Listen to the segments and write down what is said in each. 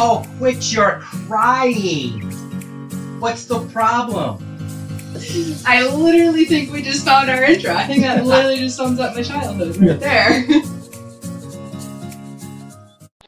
Oh, quit your crying. What's the problem? I literally think we just found our intro. I think that literally just sums up my childhood right there.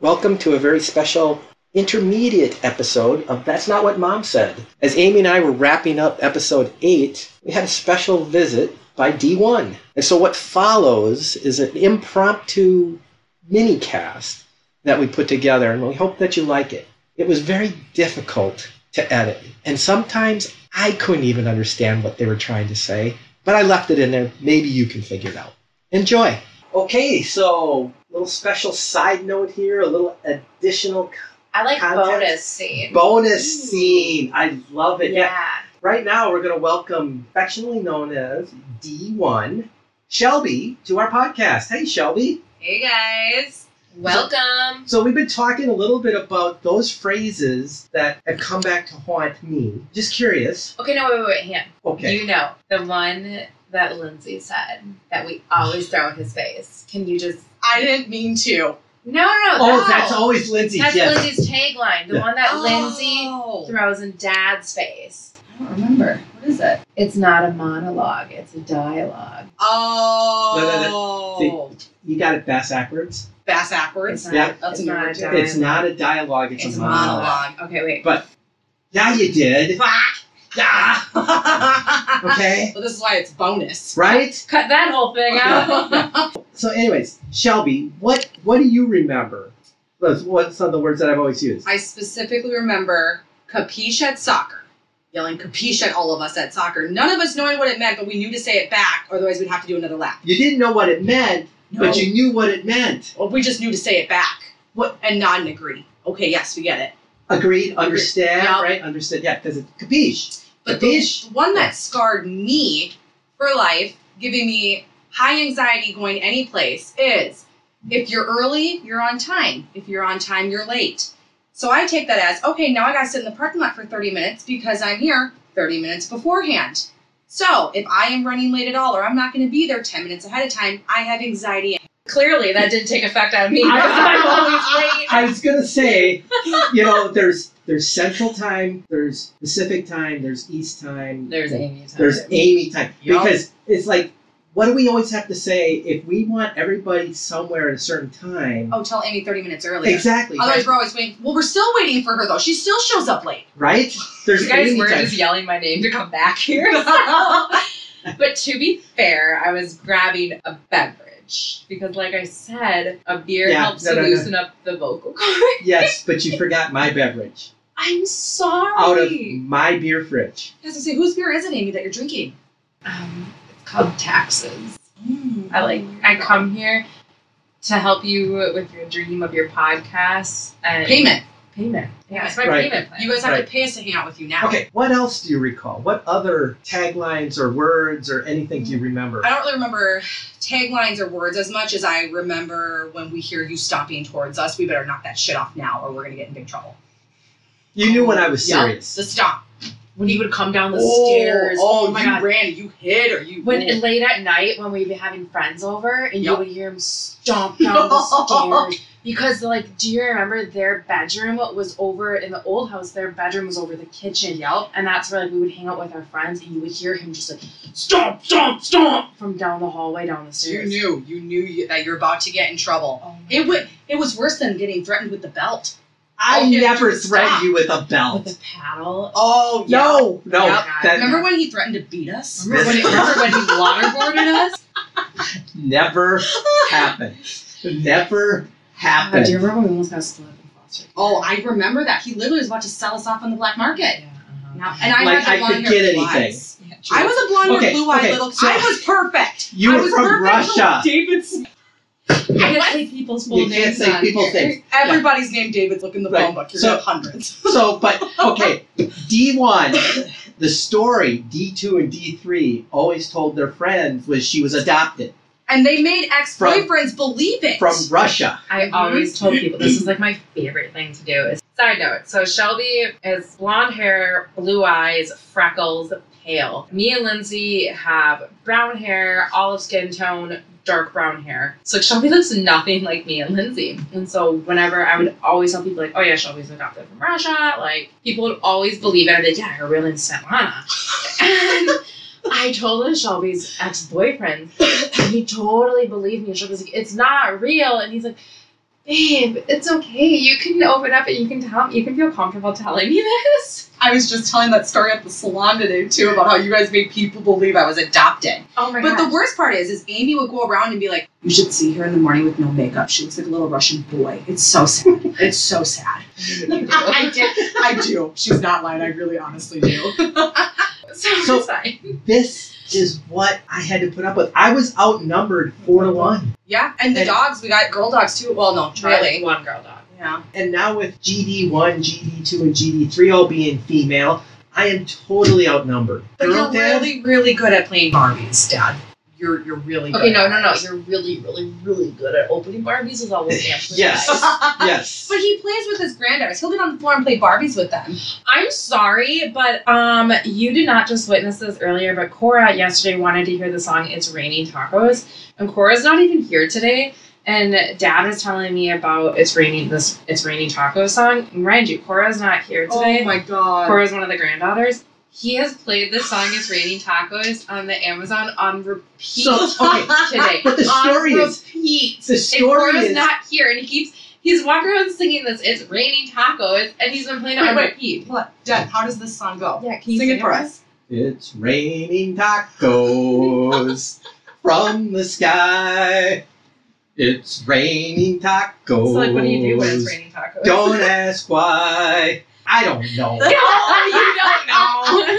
Welcome to a very special intermediate episode of That's Not What Mom Said. As Amy and I were wrapping up episode 8, we had a special visit by D1. And so what follows is an impromptu mini cast that we put together, and we hope that you like it. It was very difficult to edit, and sometimes I couldn't even understand what they were trying to say, but I left it in there. Maybe you can figure it out. Enjoy! Okay, so a little special side note here, a little additional I like Context. bonus scene. bonus Ooh. scene. I love it. Yeah. yeah. Right now, we're going to welcome, affectionately known as D1, Shelby, to our podcast. Hey, Shelby. Hey guys. Welcome. So, we've been talking a little bit about those phrases that have come back to haunt me. Just curious. Okay, no, wait, wait, wait, hang on. Okay. You know, the one that Lindsay said that we always throw in his face. Can you just. I didn't mean to. No, no, oh, no. that's always Lindsay. That's yes. Lindsay's tagline. The Yeah. one that Oh. Lindsay Lindsay. throws in dad's face. I don't remember. What is it? It's not a monologue, it's a dialogue. Oh. You got it bass backwards. Bass It's backwards. not, Yeah. That's it's a new not word a too. dialogue. It's not a dialogue, it's, It's a monologue. Okay, wait. But, yeah, you did. Ah. Okay. well, this is why it's bonus. Right? Cut that whole thing out. So, anyways, Shelby, what what do you remember? Those what's some of the words that I've always used? I specifically remember capiche at soccer, yelling capiche at all of us at soccer. None of us knowing what it meant, but we knew to say it back, otherwise we'd have to do another lap. You didn't know what it meant, but No. you knew what it meant. Well, we just knew to say it back. What- And nod and agree. Okay, yes, we get it. Agreed, understand, Yeah. right? Understood, yeah, because it's capiche. But the, Capiche? the one that scarred me for life, giving me high anxiety going any place, is if you're early, you're on time. If you're on time, you're late. So I take that as okay, now I gotta sit in the parking lot for 30 minutes because I'm here 30 minutes beforehand. So if I am running late at all or I'm not gonna be there 10 minutes ahead of time, I have anxiety. Clearly, that didn't take effect on me. I- I'm always late. I was gonna say, you know, there's there's central time, there's Pacific time, there's East time, There's Amy. Time. there's Amy time. Yup. Because it's like, what do we always have to say if we want everybody somewhere at a certain time? Oh, tell Amy 30 minutes earlier. Exactly. Otherwise, we're always waiting. Well, we're still waiting for her though. She still shows up late. Right? There's You guys Amy were time. just yelling my name to come back here. so- but to be fair, I was grabbing a beverage because, like I said, a beer Yeah, helps no, to no, no. loosen up the vocal cord. Yes, but you forgot my beverage I'm sorry. out of my beer fridge. Yes, I say, whose beer is it, Amy, that you're drinking? um, it's called taxes. I like. I come here to help you with your dream of your podcast and Payment. Payment. Yeah, it's my Right. payment plan. You guys have Right. to pay us to hang out with you now. Okay, what else do you recall? What other taglines or words or anything do you remember? I don't really remember taglines or words as much as I remember when we hear you stomping towards us. We better knock that shit off now, or we're gonna get in big trouble. You knew when I was Yup, serious. The stomp. when you would come down the Oh, stairs. Oh, my you god. ran. You hid, or you When Ooh. late at night, when we'd be having friends over, and Yup. you would hear them stomp down the stairs because, like, do you remember their bedroom was over in the old house? Their bedroom was over the kitchen, Yup. and that's where like we would hang out with our friends, and you would hear him just like stomp, stomp, stomp from down the hallway, down the You stairs. knew. You knew you, that you're about to get in trouble. Oh my It would. It was worse than getting threatened with the belt. I Oh, yeah, never stop. threatened you with a with belt. the paddle. Oh No, no. Yup. That Remember when he threatened to beat us? Remember when, he, remember when he waterboarded us? never happened. Never God, do you happened. remember when we almost got split in foster? Oh, I remember that. He literally was about to sell us off on the black market. Yeah, uh-huh. Now, and I Like, had the I blonde hair, could get blue anything. eyes. Yeah, true. I was a blonde Okay, hair, blue eyed okay, little. so- I was perfect. You I were was from perfect Russia. David's. You can't say people's full You names can't say on people's here. names. Everybody's named David. Look in the Right. phone book. You're So- gonna have hundreds. So, but okay, D1, the story D2 and D3 always told their friends was she was adopted And they made ex-boyfriends believe it. from Russia. I always told people this is like my favorite thing to do. Is side note. So Shelby has blonde hair, blue eyes, freckles, pale. Me and Lindsay have brown hair, olive skin tone, dark brown hair. So Shelby looks nothing like me and Lindsay. And so whenever I would always tell people like, oh yeah, Shelby's adopted from Russia, like people would always believe it. I'd be like, yeah, her real name's Svetlana. and I told him Shelby's ex-boyfriend. And he totally believed me. And Shelby's like, it's not real. And he's like, babe, it's okay. You can open up and you can tell you can feel comfortable telling me this. I was just telling that story at the salon today too about how you guys made people believe I was adopted. Oh my But god. the worst part is, is Amy would go around and be like, "You should see her in the morning with no makeup. She looks like a little Russian boy. It's so sad. It's so sad." I did. I do. She's not lying. I really, honestly do. So, So- sorry. This is what I had to put up with. I was outnumbered four to one, Yeah, and the And- dogs. We got girl dogs too. Well, no, Really, Charlie. one girl dog. Yeah. and now with GD one, GD two, and GD three all being female, I am totally outnumbered. But Girl you're dad, really, really good at playing Barbies, Dad. You're, you're really good. Okay, no, at no, no. Barbies. You're really, really, really good at opening Barbies with all those amplifiers. Yes. yes. But he plays with his granddaughters. He'll get on the floor and play Barbies with them. I'm sorry, but um, you did not just witness this earlier, but Cora yesterday wanted to hear the song "It's Raining Tacos," and Cora's not even here today. And Dad was telling me about "It's Raining" this "It's Raining Tacos" song. And mind you, Cora's not here today. Oh my god. Cora's one of the granddaughters. He has played this song "It's Raining Tacos" on the Amazon on repeat So okay, today. but the story on is repeat. the And story Cora's is not here, and he keeps he's walking around singing this. It's raining tacos, and he's been playing it Wait, on wait. repeat. What? Dad, how does this song go? Yeah, can Sing it for us. It's raining tacos from the sky. It's raining tacos. So like, what do you do when it's raining tacos? Don't ask why. I don't know. No, you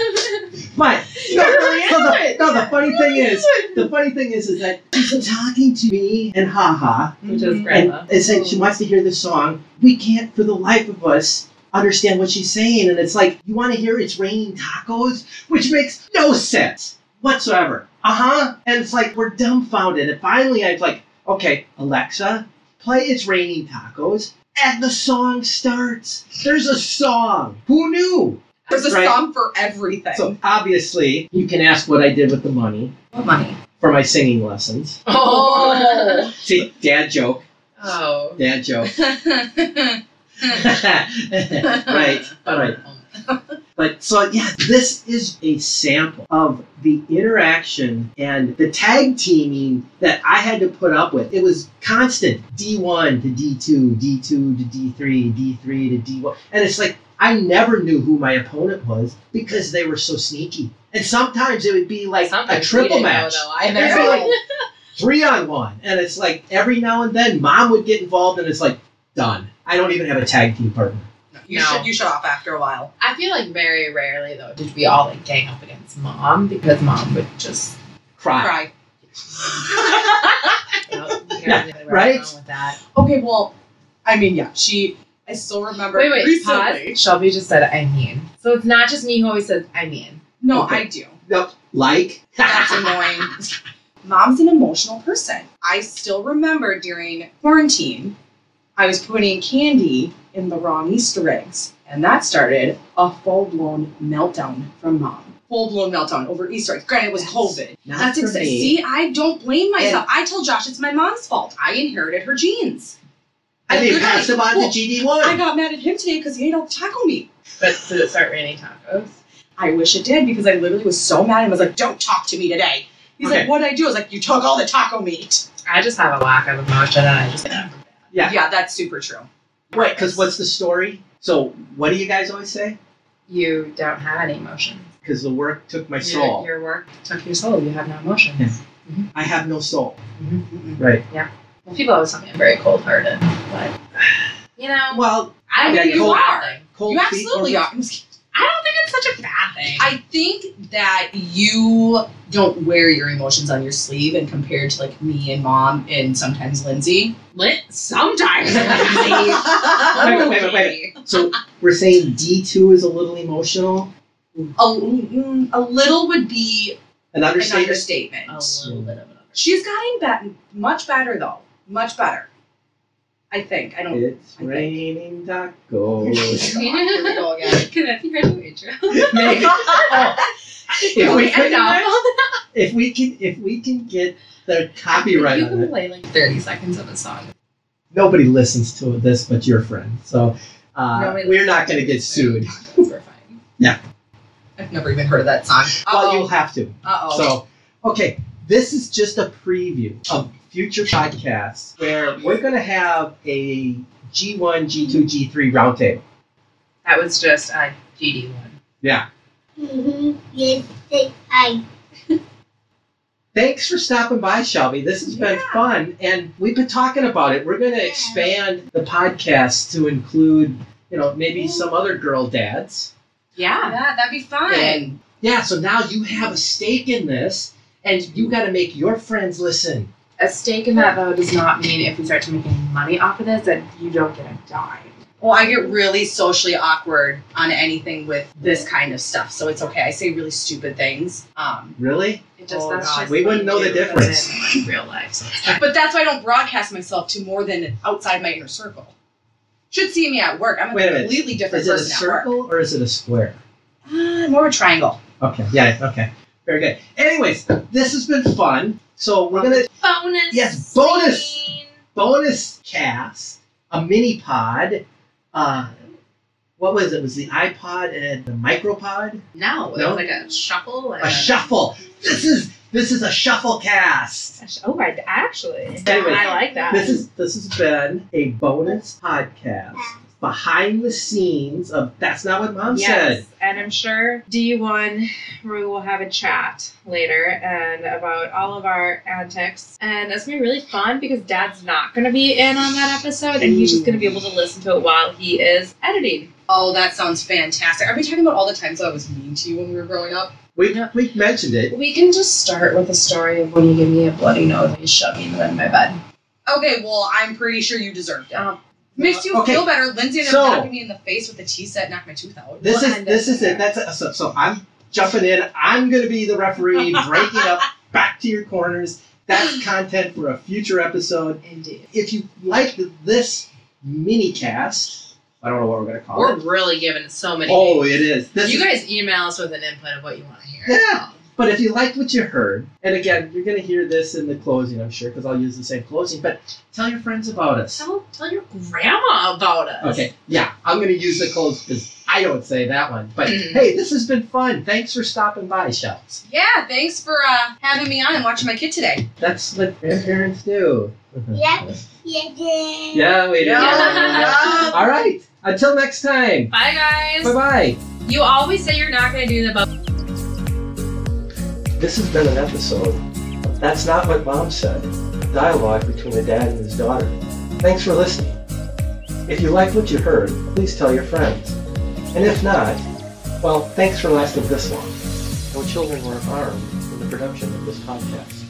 don't know. My no, really no, the, isn't. no, the funny thing is, the funny thing is, is that she's talking to me and haha, Which Mm-hmm. is and grandma. it's like she wants to hear this song. We can't, for the life of us, understand what she's saying, and it's like you want to hear it's raining tacos, which makes no sense whatsoever. Uh huh. And it's like we're dumbfounded. And finally, I was like, okay, Alexa, play it's raining tacos. And the song starts. There's a song. Who knew? There's a Right. song for everything. So obviously, you can ask what I did with the money What money? for my singing lessons. Oh. See, dad joke, Oh. dad joke. right, all right. But so yeah, this is a sample of the interaction and the tag teaming that I had to put up with. It was constant D1 to D2, D2 to D3, D3 to D1. And it's like I never knew who my opponent was because they were so sneaky. And sometimes it would be like Sometimes a we triple didn't know, match. though. I It's never. like three on one. And it's like every now and then mom would get involved and it's like done. I don't even have a tag team partner. You No. should you shut off after a while. I feel like very rarely though did we all like gang up against mom because mom would just Cry. Cry. you know, we Yeah, already know where right? I'm going with that. okay, well, I mean, yeah, she. I still remember. Wait, wait, recently. pause. Shelby just said I mean. So it's not just me who always says I mean. No, Okay. I do. Nope. Like That's annoying. Mom's an emotional person. I still remember during quarantine, I was putting candy in the wrong Easter eggs, and that started a full blown meltdown from mom. Full blown meltdown over Easter eggs. Granted, it was That's COVID. Not That's for exactly. me. See, I don't blame myself. I tell Josh it's my mom's fault. I inherited her genes. And they literally- passed him on Well, to I GD1. got mad at him today because he ate all the taco meat. But did it start raining tacos? I wish it did because I literally was so mad and was like, don't talk to me today. He's Okay. like, what'd I do? I was like, you took all the taco meat. I just have a lack of emotion and I just never Yeah. Yeah, that's super true. Right, because what's the story? So what do you guys always say? you don't have any emotions. Because the work took my Your- soul. Hmm. Your, work took your soul. You have no emotions. Yeah. I have no soul. Mm-mm. Right. Well, people always tell me I'm very cold hearted, but you know, Well, I don't Yeah, think you it's a bad are. thing. cold Um, you feet absolutely or- are. I'm just kidding. I don't think it's such a bad thing. I think that you don't wear your emotions on your sleeve and compared to like me and mom and sometimes Lindsay. lit sometimes. Wait, wait, wait, wait, So we're saying D2 is a little emotional. A, mm, a little would be An an understatement. understatement. a little bit of an She's gotten bet- much better though. Much better. I think. I don't. It's I think- raining tacos. Here we go again. Can that be our new intro? Maybe. Oh, if we End can, off. if we can, if we can get the copyright You on can it, play like 30 seconds of a song. nobody listens to this but your friend. So uh, Nobody we're not listens going to get sued. We're fine. I've never even heard of that song. Well, you'll Uh oh. have to. Uh oh. So, okay, this is just a preview of future podcasts where we're going to have a G1, G2, G3 roundtable. That was just a GD one. Yeah. Mm-hmm. Yes, they- I. Thanks for stopping by, Shelby. This has been fun, and we've been talking about it. We're going to Yeah. expand the podcast to include, you know, maybe some other girl dads. Yeah. yeah, that'd be fun. And yeah, so now you have a stake in this, and you got to make your friends listen. A stake in that though does not mean if we start to making money off of this that you don't get a dime. Well, I get really socially awkward on anything with this kind of stuff, so it's okay. I say really stupid things. Um, Really? It just Oh, that's God. just We what wouldn't you know the do. That's difference. in, like, real life. So it's but that's why I don't broadcast myself to more than outside my inner circle. Should see me at work. I'm a Wait a minute. completely different Is it a person at work. circle or is it a square? Uh, more of a triangle. Okay. Yeah. Okay. Very good. Anyways, this has been fun. So we're gonna bonus. Yes, bonus! bonus cast a mini pod. Uh, what was it? Was the iPod and the micropod? No, it No? was like a shuffle. Like A shuffle. This is this is a shuffle cast. a sh- Oh, I actually. Anyway, I like that. This is this has been a bonus podcast behind the scenes of that's not what mom yes, said. and I'm sure D1 we will have a chat later and about all of our antics. And it's gonna be really fun because Dad's not gonna be in on that episode, and he's just gonna be able to listen to it while he is editing. Oh, that sounds fantastic. Are we talking about all the times I was mean to you when we were growing up? We we mentioned it. We can just start with a story of when you give me a bloody nose and you shove me in the bed of my bed. Okay, well, I'm pretty sure you deserved it. Oh. Makes you Um, Okay, feel better. Lindsay ended so- up knocking me in the face with a tea set, knocked my tooth out. This Well, is and this that's is it. That's it. So, so I'm jumping in. I'm gonna be the referee, breaking up back to your corners. That's content for a future episode. Indeed. If you like this mini cast, I don't know what we're gonna call We're it. really giving so many. Oh, it is. This you is guys email us with an input of what you want to hear. Yeah. but if you liked what you heard, and again, you're gonna hear this in the closing, I'm sure, because I'll use the same closing. But tell your friends about us. Tell, tell your grandma about us. Okay, yeah, I'm gonna use the close because I don't say that one. But Mhm. hey, this has been fun. Thanks for stopping by, Shells. Yeah, thanks for uh, having me on and watching my kid today. That's what grandparents do. Yep. Yes, yes. Yeah, we do. Yeah. All right. Until next time. Bye, guys. Bye bye. You always say you're not going to do the This has been an episode. of That's not what mom said. Dialogue between a dad and his daughter. Thanks for listening. If you like what you heard, please tell your friends. And if not, well, thanks for lasting this long. No children were harmed in the production of this podcast.